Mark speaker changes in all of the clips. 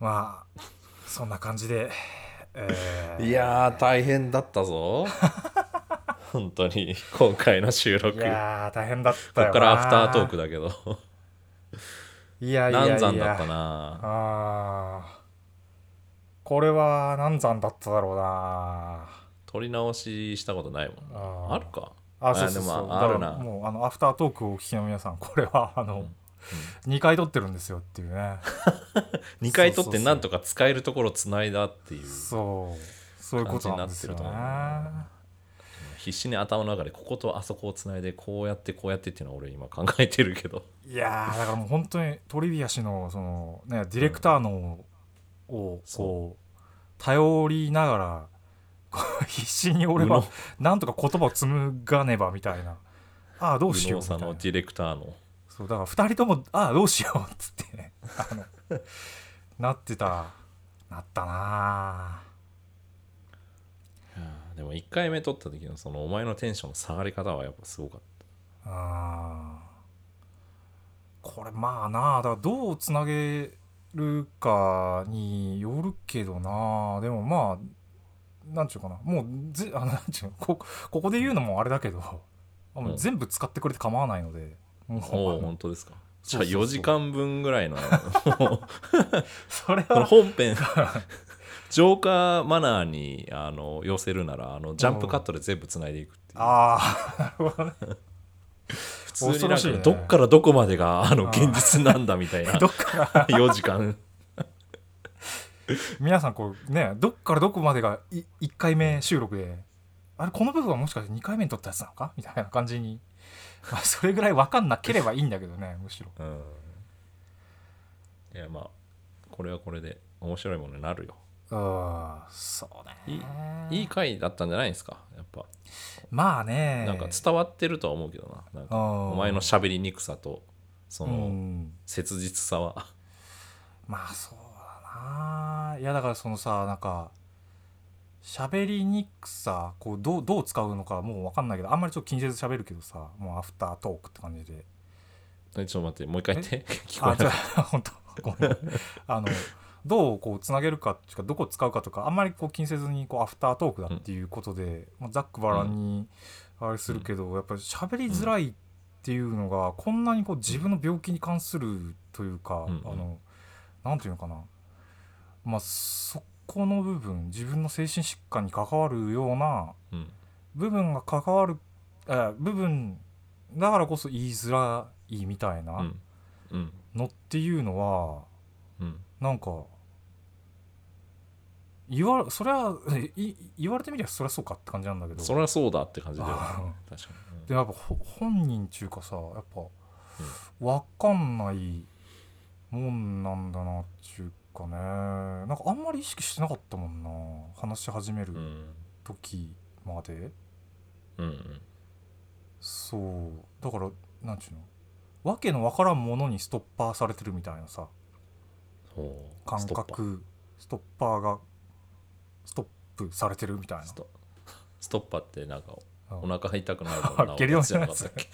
Speaker 1: まあそんな感じで、えー
Speaker 2: いやー大変だったぞ 本当に今回の収録
Speaker 1: い やー大変だった
Speaker 2: こ
Speaker 1: よ
Speaker 2: っ
Speaker 1: な
Speaker 2: からアフタートークだけど
Speaker 1: いやいやいや
Speaker 2: 難産だったな
Speaker 1: あーこれは難産だっただろうな
Speaker 2: 撮り直ししたことないもん
Speaker 1: あー
Speaker 2: なあるか
Speaker 1: あそうそう
Speaker 2: あ
Speaker 1: そ
Speaker 2: で
Speaker 1: う
Speaker 2: もあるな
Speaker 1: だからもうあのアフタートークをお聞きの皆さんこれはあの、2回撮ってるんですよっていう ね
Speaker 2: 2回撮っ
Speaker 1: そうそう
Speaker 2: て
Speaker 1: そう
Speaker 2: なんとか使えるところつないだっていう
Speaker 1: そうそういうことなんですよね
Speaker 2: 感じになってると思必死に頭の中でこことあそこをつないでこうやってこうやってっていうのは俺今考えてるけど
Speaker 1: いやーだからもう本当にトリビア氏のその、ね、ディレクターのをこ
Speaker 2: そう
Speaker 1: 頼りながらこう 必死に俺
Speaker 2: う
Speaker 1: は
Speaker 2: の
Speaker 1: なんとか言葉を紡がねばみたいなああどうし
Speaker 2: 宇
Speaker 1: ようみ
Speaker 2: 野
Speaker 1: た
Speaker 2: さ
Speaker 1: い
Speaker 2: んの
Speaker 1: な
Speaker 2: ディレクターの
Speaker 1: そうだから2人ともああどうしようっつってねあのなってたなったなあ
Speaker 2: いやーでも1回目撮った時のそのお前のテンションの下がり方はやっぱすごかっ
Speaker 1: うんこれまあなあだからどうつなげるかによるけどなでもまあなんちゅうかなもうぜあのなんちゅうのこここで言うのもあれだけどあもう
Speaker 2: うん
Speaker 1: 全部使ってくれて構わないので、も
Speaker 2: たおお
Speaker 1: う
Speaker 2: 本当ですかじ
Speaker 1: そ
Speaker 2: ゃ
Speaker 1: う
Speaker 2: あ
Speaker 1: そうそう
Speaker 2: 4時間分ぐらいの
Speaker 1: それ
Speaker 2: その
Speaker 1: は
Speaker 2: 本編 ジョーカーマナーにあの寄せるならあのジャンプカットで全部つないでいくっていう
Speaker 1: ああなるほどね
Speaker 2: 普通に
Speaker 1: 恐
Speaker 2: な
Speaker 1: ろ
Speaker 2: ん
Speaker 1: しい
Speaker 2: か
Speaker 1: ね
Speaker 2: どっからどこまでがあの
Speaker 1: あー
Speaker 2: 現実なんだみたいな
Speaker 1: どっから
Speaker 2: 4時間
Speaker 1: 皆さんこうねどっからどこまでがい1回目収録であれこの部分はもしかして2回目に撮ったやつなのかみたいな感じに、まあ、それぐらい分かんなければいいんだけどねむしろ
Speaker 2: うんいやまあこれはこれで面白いものになるよ
Speaker 1: うんそうね
Speaker 2: いい回だったんじゃないですかやっぱ
Speaker 1: まあね
Speaker 2: なんか伝わってるとは思うけどななんか
Speaker 1: お
Speaker 2: お前の喋りにくさとその
Speaker 1: ん、
Speaker 2: 切実さは
Speaker 1: まあそうだないやだからそのさなんか喋りにくさこうどうどう使うのかもう分かんないけどあんまりちょっと気にせず喋るけどさもうアフタートークって感じで
Speaker 2: えちょっと待ってもう一回言って 聞こ
Speaker 1: あ
Speaker 2: えな
Speaker 1: じ
Speaker 2: か
Speaker 1: ゃ
Speaker 2: っ
Speaker 1: あ 本当ごめんあのどうこうつなげるかっていうかどこ使うかとかあんまりこう気にせずにこうアフタートークだっていうことで、まあ、ざっくばらんにあれするけど、やっぱり喋りづらいっていうのが、こんなにこう自分の病気に関するというか、
Speaker 2: うん
Speaker 1: あのなんていうのかなまあそこの部分自分の精神疾患に関わるような
Speaker 2: た、うん、
Speaker 1: 部分が関わるあ部分だからこそ言いづらいみたいな。
Speaker 2: うんうん
Speaker 1: のっていうのは
Speaker 2: うん
Speaker 1: なんか言わそれはい言われてみりゃそりゃそうかって感じなんだけど
Speaker 2: そりゃそうだって感じだよね
Speaker 1: あ
Speaker 2: 確か
Speaker 1: でもやっぱほ本人ちゅうかさやっぱ分かんないもんなんだなっちゅうかねなんかあんまり意識してなかったもんな話し始め
Speaker 2: にう
Speaker 1: る
Speaker 2: ん
Speaker 1: 時まで、
Speaker 2: うんうん
Speaker 1: そうだからなんちゅうのわけのわからんものにストッパーされてるみたいなさ
Speaker 2: ほう
Speaker 1: 感
Speaker 2: ストッパー
Speaker 1: 覚ストッパーがストップされてるみたい
Speaker 2: ストストッパーってなんか
Speaker 1: な、
Speaker 2: お
Speaker 1: うん
Speaker 2: 腹痛くなるような
Speaker 1: 下痢のやつ
Speaker 2: じゃなかったっけ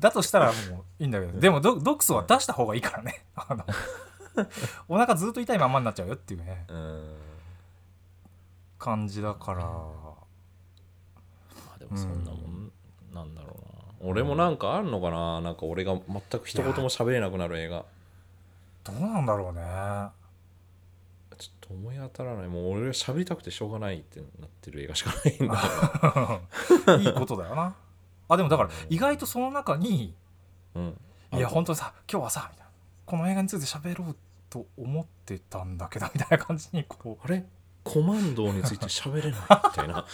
Speaker 1: だとしたらもういいんだけどでもド毒素は出した方がいいからね あ のお腹ずっと痛いまんまになっちゃうよっていうね
Speaker 2: うん
Speaker 1: 感じだから
Speaker 2: まあでもそんなもんなんだろうな俺もなんかあるのかななんか俺が全く一言も喋れなくなる映画
Speaker 1: どうなんだろう ね
Speaker 2: ちょっと思い当たらないもう俺が喋りたくてしょうがないってなってる映画しかないんだ
Speaker 1: いいことだよなあでもだから意外とその中に
Speaker 2: うん
Speaker 1: いや
Speaker 2: あ
Speaker 1: 本当にさ今日はさみたいなこの映画について喋ろうと思ってたんだけどみたいな感じにこ
Speaker 2: あれコマンドについて喋れないみたいな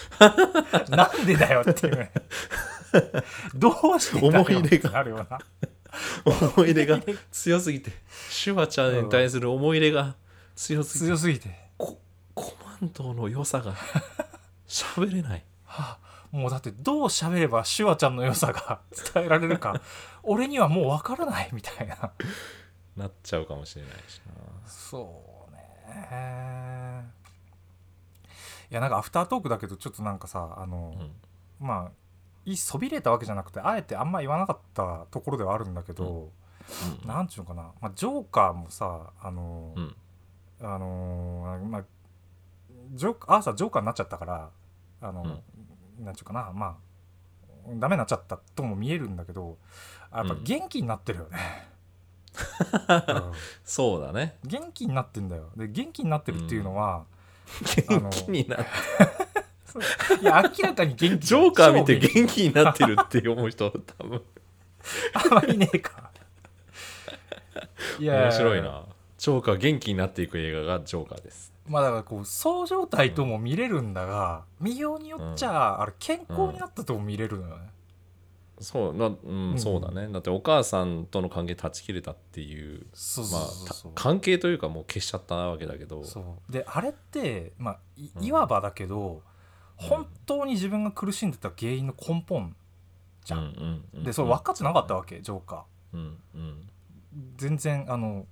Speaker 1: うなんでだよって いうねどうしてだよ
Speaker 2: 思い出が
Speaker 1: ってなるよな
Speaker 2: 思い入 れが強すぎてシュワちゃんに対する思い入れが強すぎて
Speaker 1: 強すぎて
Speaker 2: こコマンドの良さが喋れない
Speaker 1: はあもうだってどう喋ればシュワちゃんの良さが伝えられるか俺にはもう分からないみたいな
Speaker 2: なっちゃうかもしれないしな
Speaker 1: そうねいやなんかアフタートークだけどちょっとなんかさあの、
Speaker 2: うん
Speaker 1: まあいそびれたわけじゃなくてあえてあんま言わなかったところではあるんだけど、
Speaker 2: うん
Speaker 1: なんちゅうのかな、まあ、ジョーカーもさあのー
Speaker 2: うん
Speaker 1: あのーまあジョーカーアーサージョーカーになっちゃったからあの、なんちゅうかなまあダメになっちゃったとも見えるんだけどあやっぱ
Speaker 2: うん
Speaker 1: 元気になってる よね、うん
Speaker 2: そうだね
Speaker 1: 元気になってんだよで元気になってるっていうのは、あの
Speaker 2: 元気になって
Speaker 1: いや明らかに元気
Speaker 2: ジョーカー見て
Speaker 1: 超元気
Speaker 2: 元気になってるって思 う人多分
Speaker 1: あんまりねえかいや
Speaker 2: 面白いなジョーカー元気になっていく映画がジョーカーです
Speaker 1: まあだからこうそう状態とも見れるんだが、見ようによっちゃ、あれ健康になったとも見れるのよね、
Speaker 2: そうな、うん
Speaker 1: うん
Speaker 2: そうだねだってお母さんとの関係断ち切れたっていう
Speaker 1: そうそう
Speaker 2: まあ
Speaker 1: そうそう、
Speaker 2: た関係というかもう消しちゃったわけだけど
Speaker 1: そうであれって、まあ、い
Speaker 2: うん
Speaker 1: いわばだけど、
Speaker 2: うん
Speaker 1: 本当に自分が苦しんでた原因の根本じゃん、
Speaker 2: んうん
Speaker 1: でそれ分かってなかったわけジョーカー
Speaker 2: うんうん
Speaker 1: 全然あの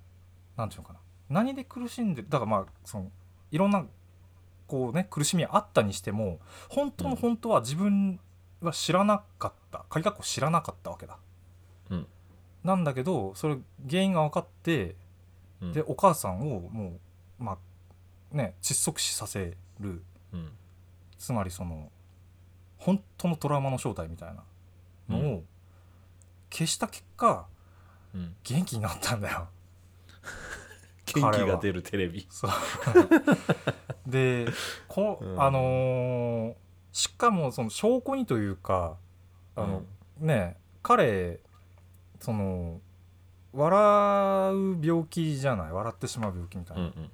Speaker 1: 何ていうのかな何で苦しんでだからまあそのいろんなこうね苦しみあったにしても本当
Speaker 2: うん
Speaker 1: の本当は自分は知らなかった仮括弧知らなかったわけだ、
Speaker 2: うん
Speaker 1: なんだけどそれ原因が分かって
Speaker 2: うん
Speaker 1: でお母さんをもうまあね窒息死させる
Speaker 2: うん
Speaker 1: つまりその本当のトラウマの正体みたいなのを消した結果
Speaker 2: うん
Speaker 1: 元気になったんだよ彼
Speaker 2: 元
Speaker 1: は
Speaker 2: 気が出るテレビ
Speaker 1: そう でこ、
Speaker 2: うん
Speaker 1: あのーしかもその証拠にというかあの、ね彼その笑う病気じゃない笑ってしまう病気みたい
Speaker 2: うんう
Speaker 1: な、
Speaker 2: ん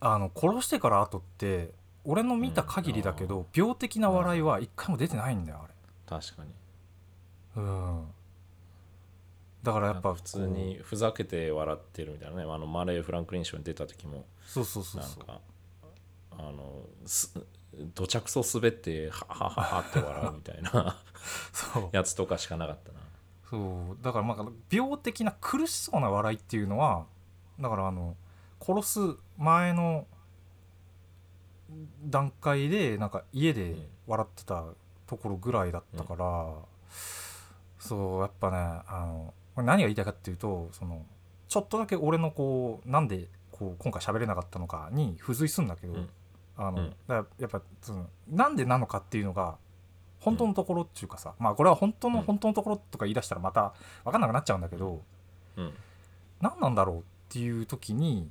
Speaker 1: あの殺してから後って俺の見た限りだけど、病的な笑いは一回も出てないんだよあれ
Speaker 2: 確かに
Speaker 1: うんだからやっぱ
Speaker 2: 普通にふざけて笑ってるみたいなねあのマレー・フランクリン賞に出た時も
Speaker 1: こうそうそうそう
Speaker 2: なん
Speaker 1: そう
Speaker 2: かあのすどちゃくそ滑ってははははって笑うみた いな
Speaker 1: そう
Speaker 2: やつとかしかなかったな
Speaker 1: そうだからまあ病的な苦しそうな笑いっていうのはだからあの殺す前の段階でなんか家で笑ってたところぐらいだったから、そうやっぱねあの何が言いたいかっていうとそのちょっとだけ俺のこうなんでこう今回喋れなかったのかに付随するんだけど、
Speaker 2: うん
Speaker 1: あの
Speaker 2: うん
Speaker 1: だからやっぱそのなんでなのかっていうのが本当のところっていうかさ、まあこれは本当
Speaker 2: う
Speaker 1: の
Speaker 2: ん
Speaker 1: 本当のところとか言い出したらまた分かんなくなっちゃうんだけど、
Speaker 2: うん
Speaker 1: 何なんだろうっていう時に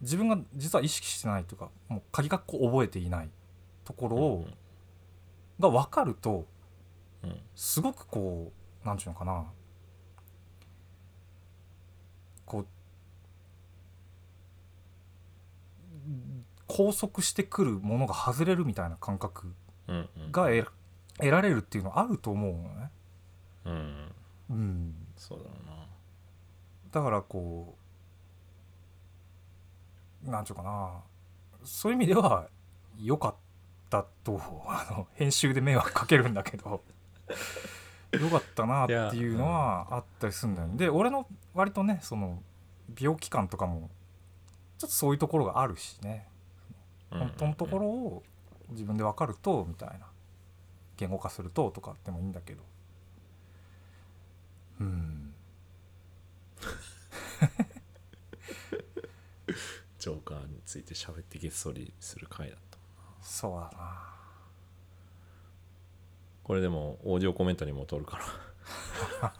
Speaker 1: 自分が実は意識してないというかもう鍵括弧覚えていないところをが分かると
Speaker 2: うんうん
Speaker 1: すごくこうなんていうのかなこう拘束してくるものが外れるみたいな感覚
Speaker 2: うんうん
Speaker 1: が得得られるっていうのはあると思うのね。
Speaker 2: うん
Speaker 1: うん、
Speaker 2: そうだろうな
Speaker 1: だからこうなんちゅうかなそういう意味では良かったと あの編集で迷惑かけるんだけど良かったなっていうのはあったりするんだよね。で俺の割とねその病気感とかもちょっとそういうところがあるしね本当のところを自分で分かるとみたいな言語化するととかでもいいんだけどうん
Speaker 2: ジョーカーについて喋ってげっそりする回だった
Speaker 1: そうだな。
Speaker 2: これでもオーディオコメントにも取るから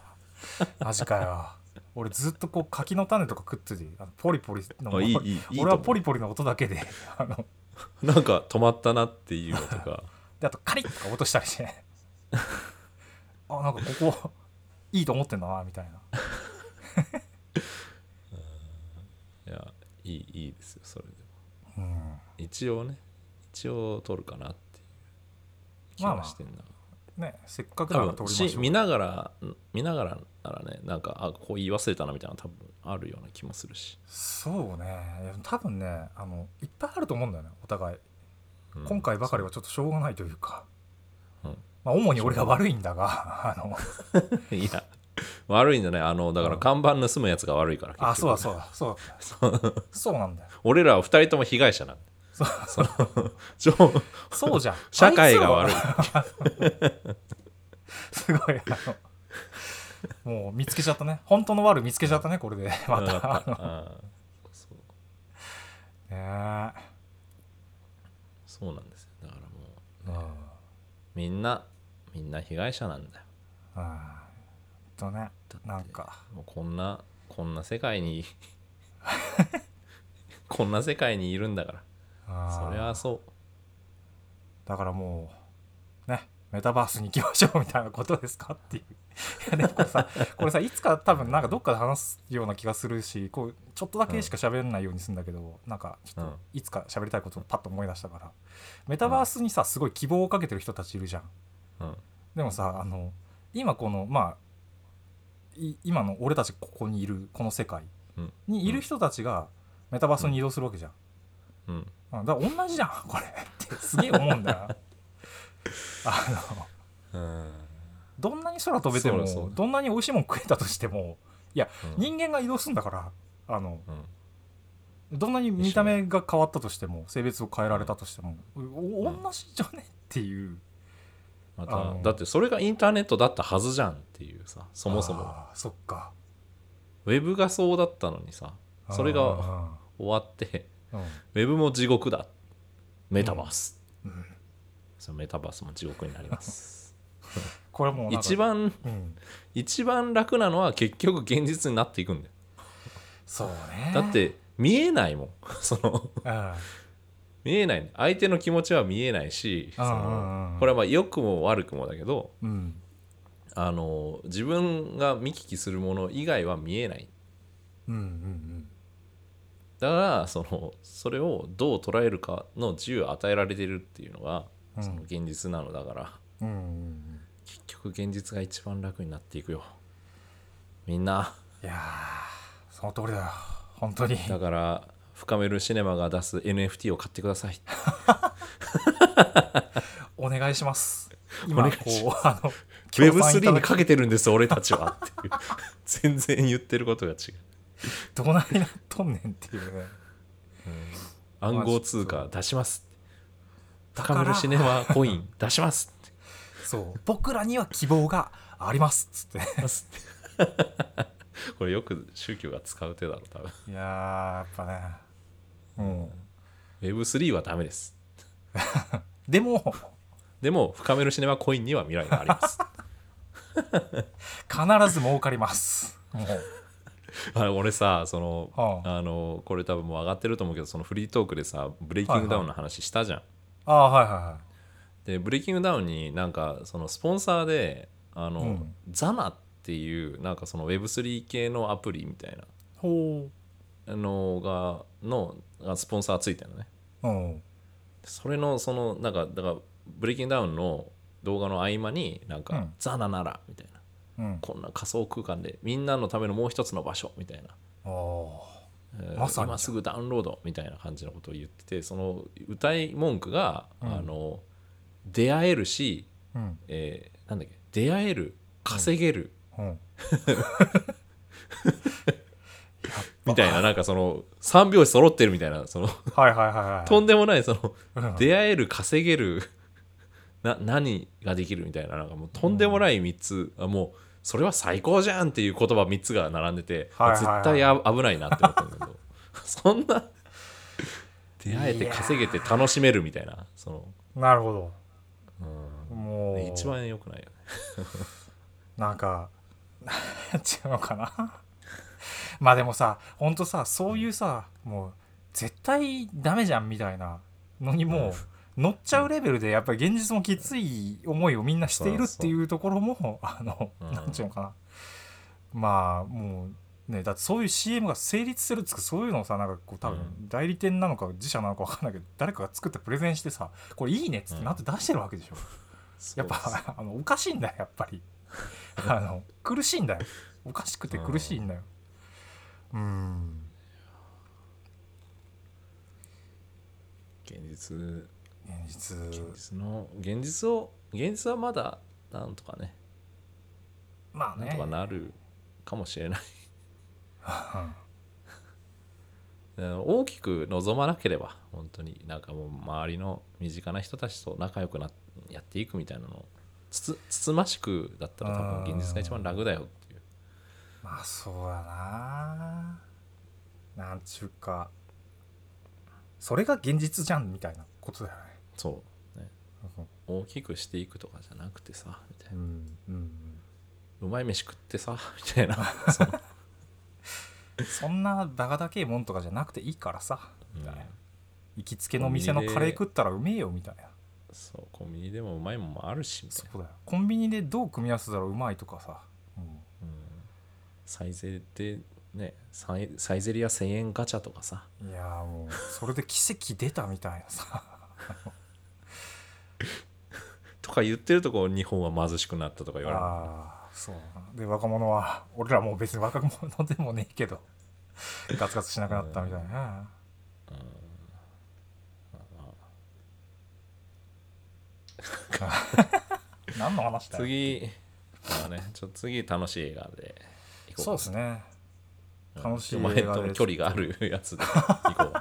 Speaker 1: マジかよ。俺ずっとこう柿の種とか食っててあのポリポリの
Speaker 2: あいいいいいいと思う
Speaker 1: 俺はポリポリの音だけであの
Speaker 2: なんか止まったなっていうのとか
Speaker 1: であとカリッとか落としたりして あなんかここいいと思ってんだなみたいない
Speaker 2: やいいいいですよそれでも
Speaker 1: うん
Speaker 2: 一応ね一応取るかなっていう気
Speaker 1: まあま
Speaker 2: は
Speaker 1: あ
Speaker 2: してんだが、
Speaker 1: ねせっかく
Speaker 2: 多
Speaker 1: なら
Speaker 2: 分
Speaker 1: 通りま
Speaker 2: し
Speaker 1: しょう
Speaker 2: 見ながら見ながらならねなんかあこう言い忘れたなみたいなの多分あるような気もするし、
Speaker 1: そうねいや多分ねあのいっぱいあると思うんだよねお互い、
Speaker 2: うん
Speaker 1: 今回ばかりはちょっとしょうがないというか、
Speaker 2: うん
Speaker 1: まあ、主に俺が悪いんだがあの
Speaker 2: そう いや悪いんじゃないあのだから看板盗むやつが悪いから、
Speaker 1: あそうだ
Speaker 2: う
Speaker 1: そうだそう だそうなんだよ
Speaker 2: 俺らは二人とも被害者なんだ
Speaker 1: そう
Speaker 2: その ちょ
Speaker 1: そうじゃん
Speaker 2: 社会が悪い
Speaker 1: あいつらはすごいあのもう見つけちゃったね本当のワル見つけちゃったねこれでま
Speaker 2: うん
Speaker 1: た
Speaker 2: ああそう
Speaker 1: ね
Speaker 2: そうなんですよだから
Speaker 1: え、う
Speaker 2: もう
Speaker 1: んうん、
Speaker 2: みんなみんな被害者なんだよ
Speaker 1: ほんとね
Speaker 2: だって
Speaker 1: なんか
Speaker 2: もうこんなこんな世界に こんな世界にいるんだか
Speaker 1: あ
Speaker 2: ら
Speaker 1: ー
Speaker 2: それはそ
Speaker 1: だからもうねメタバースに行きましょうみたいなことですかっていう。いやでもこれ さこれさいつか多分なんかどっかで話すような気がするしこうちょっとだけしか喋んないようにするんだけど、なんかちょっ
Speaker 2: うん
Speaker 1: といつか喋りたいことをパッと思い出したからメタバースにさすごい希望をかけてる人たちいるじゃん。
Speaker 2: う、うん、
Speaker 1: でもさあの今このまあい今の俺たちここにいるこの世界
Speaker 2: うん
Speaker 1: にいる人たちがメタバースに移動するわけじゃん。
Speaker 2: うん、
Speaker 1: うんだから同じじゃん これってすげえ思うんだ よなあの
Speaker 2: うん
Speaker 1: どんなに空飛べても
Speaker 2: そうだそうだ
Speaker 1: どんなに美味しいもん食えたとしても
Speaker 2: うん
Speaker 1: 人間が移動するんだからあの
Speaker 2: うん
Speaker 1: どんなに見た目が変わったとしても性別を変えられたとしても、お
Speaker 2: うん
Speaker 1: 同じじゃねっていう
Speaker 2: ま
Speaker 1: あの
Speaker 2: ただってそれがインターネットだったはずじゃんっていうさそもそも
Speaker 1: あーそっか
Speaker 2: ウェブがそうだったのにさそれが終わって
Speaker 1: うんうん
Speaker 2: ウェブも地獄だメタバース、
Speaker 1: うん
Speaker 2: そのメタバースも地獄になります
Speaker 1: これもうなんか
Speaker 2: 一、番
Speaker 1: うん、
Speaker 2: 一番楽なのは結局現実になっていくんだよ
Speaker 1: そうね
Speaker 2: だっ、て見えないもん その
Speaker 1: うん
Speaker 2: 見えない相手の気持ちは見えないしそ
Speaker 1: うんうんう
Speaker 2: の
Speaker 1: ん
Speaker 2: これはまあ良くも悪くもだけど
Speaker 1: うん
Speaker 2: あの自分が見聞きするもの以外は見えない
Speaker 1: うんうん
Speaker 2: だからそのそれをどう捉えるかの自由を与えられてるっていうのが
Speaker 1: うん
Speaker 2: その現実なのだから、
Speaker 1: うんうんうん
Speaker 2: 結局現実が一番楽になっていくよみんない
Speaker 1: やーその通りだよ本当に
Speaker 2: だから深めるシネマが出す NFT を買ってください
Speaker 1: お願いします。今、こう、あ の、
Speaker 2: Web3 に
Speaker 1: か
Speaker 2: かけてるんです俺たちはっていう 全然言ってることが違う
Speaker 1: どないなっとんねんっていうね。
Speaker 2: 暗号通貨出します高めるシネマコイン出しますって
Speaker 1: そう、僕らには希望がありますっつってね。
Speaker 2: これよく宗教が使う手だろ多分
Speaker 1: いやー、やっぱね。うん。
Speaker 2: Web3 はダメです
Speaker 1: でも、
Speaker 2: でも深めるシネマコインには未来があ ります
Speaker 1: 必ず儲かります。もう。
Speaker 2: あの俺さその
Speaker 1: はあ
Speaker 2: あのこれ多分もう上がってると思うけどそのフリートークでさブレイキングダウンの話したじゃん、
Speaker 1: ああ、はいはいはい。
Speaker 2: でブレイキングダウンになんかそのスポンサーであの、
Speaker 1: うん
Speaker 2: ザナっていうなんかその Web3 系のアプリみたいな
Speaker 1: ほ
Speaker 2: あのがのがスポンサーついてるのね
Speaker 1: う。うん。
Speaker 2: それのそのなんかだからブレイキングダウンの動画の合間になんか、
Speaker 1: うん
Speaker 2: ザナならみたいな
Speaker 1: うん。
Speaker 2: こんな仮想空間でみんなのためのもう一つの場所みたいな、
Speaker 1: お
Speaker 2: えー
Speaker 1: まさに
Speaker 2: 今すぐダウンロードみたいな感じのことを言っててその歌い文句が、
Speaker 1: うん
Speaker 2: あの出会えるし、
Speaker 1: ーうん。
Speaker 2: えーなんだっけ出会える稼げる、
Speaker 1: うん。
Speaker 2: みたいななんかその3拍子揃ってるみたいなその
Speaker 1: はいはいはいはい。
Speaker 2: とんでもないその
Speaker 1: うん
Speaker 2: 出会える稼げる な何ができるみたいななんかもうとんでもない3つ、あもうそれは最高じゃんっていう言葉3つが並んでて、
Speaker 1: はいはいはい
Speaker 2: 絶対あ危ないなって思ったんだけど そんな出会えて稼げて楽しめるみたいなその、
Speaker 1: なるほ
Speaker 2: う
Speaker 1: ど。も
Speaker 2: ん
Speaker 1: う。
Speaker 2: 一番良くないよね。
Speaker 1: なんか違うのかな まあでもさほんとさそういうさもう絶対ダメじゃんみたいなのにもう乗っちゃうレベルでやっぱり現実もきつい思いをみんなしているっていうところもあの
Speaker 2: うん
Speaker 1: 何て言うのかなまあもうねだってそういう CM が成立するっつうかそういうのをさなんかこう多
Speaker 2: う
Speaker 1: 分
Speaker 2: ん
Speaker 1: 代理店なのか自社なのか分かんないけど誰かが作ったプレゼンしてさこれいいねっつってなって出してるわけでしょやっ
Speaker 2: そうです
Speaker 1: ぱ あのおかしいんだよやっぱ りあの苦しいんだよおかしくて苦しいんだようん
Speaker 2: 現実
Speaker 1: 現実
Speaker 2: 現実の現実を現実はまだなんとかね
Speaker 1: まあ
Speaker 2: なん
Speaker 1: ね
Speaker 2: とかなるかもしれないうん 大きく望まなければ本当になんかもう周りの身近な人たちと仲良くなやっていくみたいなのをつつつつましくだったら多分現実が一番楽だよっていう
Speaker 1: まあそうやななんちゅうかそれが現実じゃんみたいなことだよね
Speaker 2: そう、ね、大きくしていくとかじゃなくてさみたいうな、
Speaker 1: んうん
Speaker 2: うまい飯食ってさ みたいなその
Speaker 1: うんそんなバカだけえもんとかじゃなくていいからさみたいな、
Speaker 2: うん
Speaker 1: 行きつけの店のカレー食ったらうめえよみたいな
Speaker 2: そうコンビニでもうまいもんもあるしみたい
Speaker 1: そ
Speaker 2: な
Speaker 1: うだよコンビニでどう組み合わせたらうまいとかさ、うん
Speaker 2: うんサイゼでねサイサイゼリア1000円ガチャとかさ
Speaker 1: いやーもうそれで奇跡出たみたいなさ
Speaker 2: とか言ってるとこ日本は貧しくなったとか言われる
Speaker 1: ああそうだなで若者は俺らもう別に若者でもねえけどガツガツしなくなったみたいな、何の話だよ
Speaker 2: 次まあねちょっと次楽しい映画で行こう
Speaker 1: そうですね
Speaker 2: うん
Speaker 1: 楽しい
Speaker 2: お前
Speaker 1: 映画
Speaker 2: と
Speaker 1: で
Speaker 2: の距離があるやつで行こう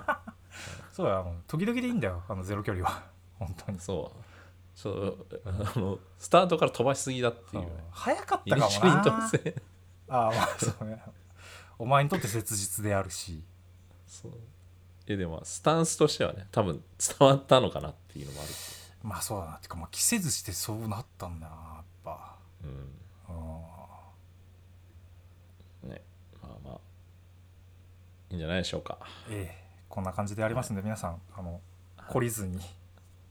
Speaker 1: そうだよもう時々でいいんだよあのゼロ距離は本当に
Speaker 2: そうそうあのスタートから飛ばしすぎだっていう
Speaker 1: そう早かっ
Speaker 2: イ
Speaker 1: た
Speaker 2: ニ
Speaker 1: か
Speaker 2: シ
Speaker 1: も
Speaker 2: ャリンと
Speaker 1: な
Speaker 2: せん
Speaker 1: ああまあそうねお前にとって切実であるし
Speaker 2: そうえでもスタンスとしてはね多分伝わったのかなっていうのもある
Speaker 1: まあそうだなてかまあ着せずしてそうなったんだなやっぱ
Speaker 2: う
Speaker 1: うん
Speaker 2: んねまあまあいいんじゃないでしょうか
Speaker 1: ええこんな感じでありますんで皆さんあの懲りずに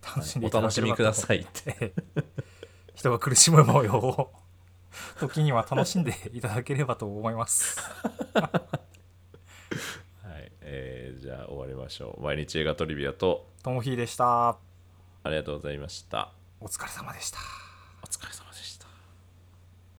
Speaker 1: 楽しんで
Speaker 2: お
Speaker 1: いただ
Speaker 2: 楽し
Speaker 1: けれ
Speaker 2: み
Speaker 1: ば
Speaker 2: く
Speaker 1: と
Speaker 2: ださいって
Speaker 1: ええ人が苦しむ模様を時には楽しんでいただければと思い ます。
Speaker 2: はい、えーじゃあ終わりましょう毎日映画トリビアと
Speaker 1: ともひーでした。
Speaker 2: ありがとうございました
Speaker 1: お疲れ様でした。
Speaker 2: お疲れ様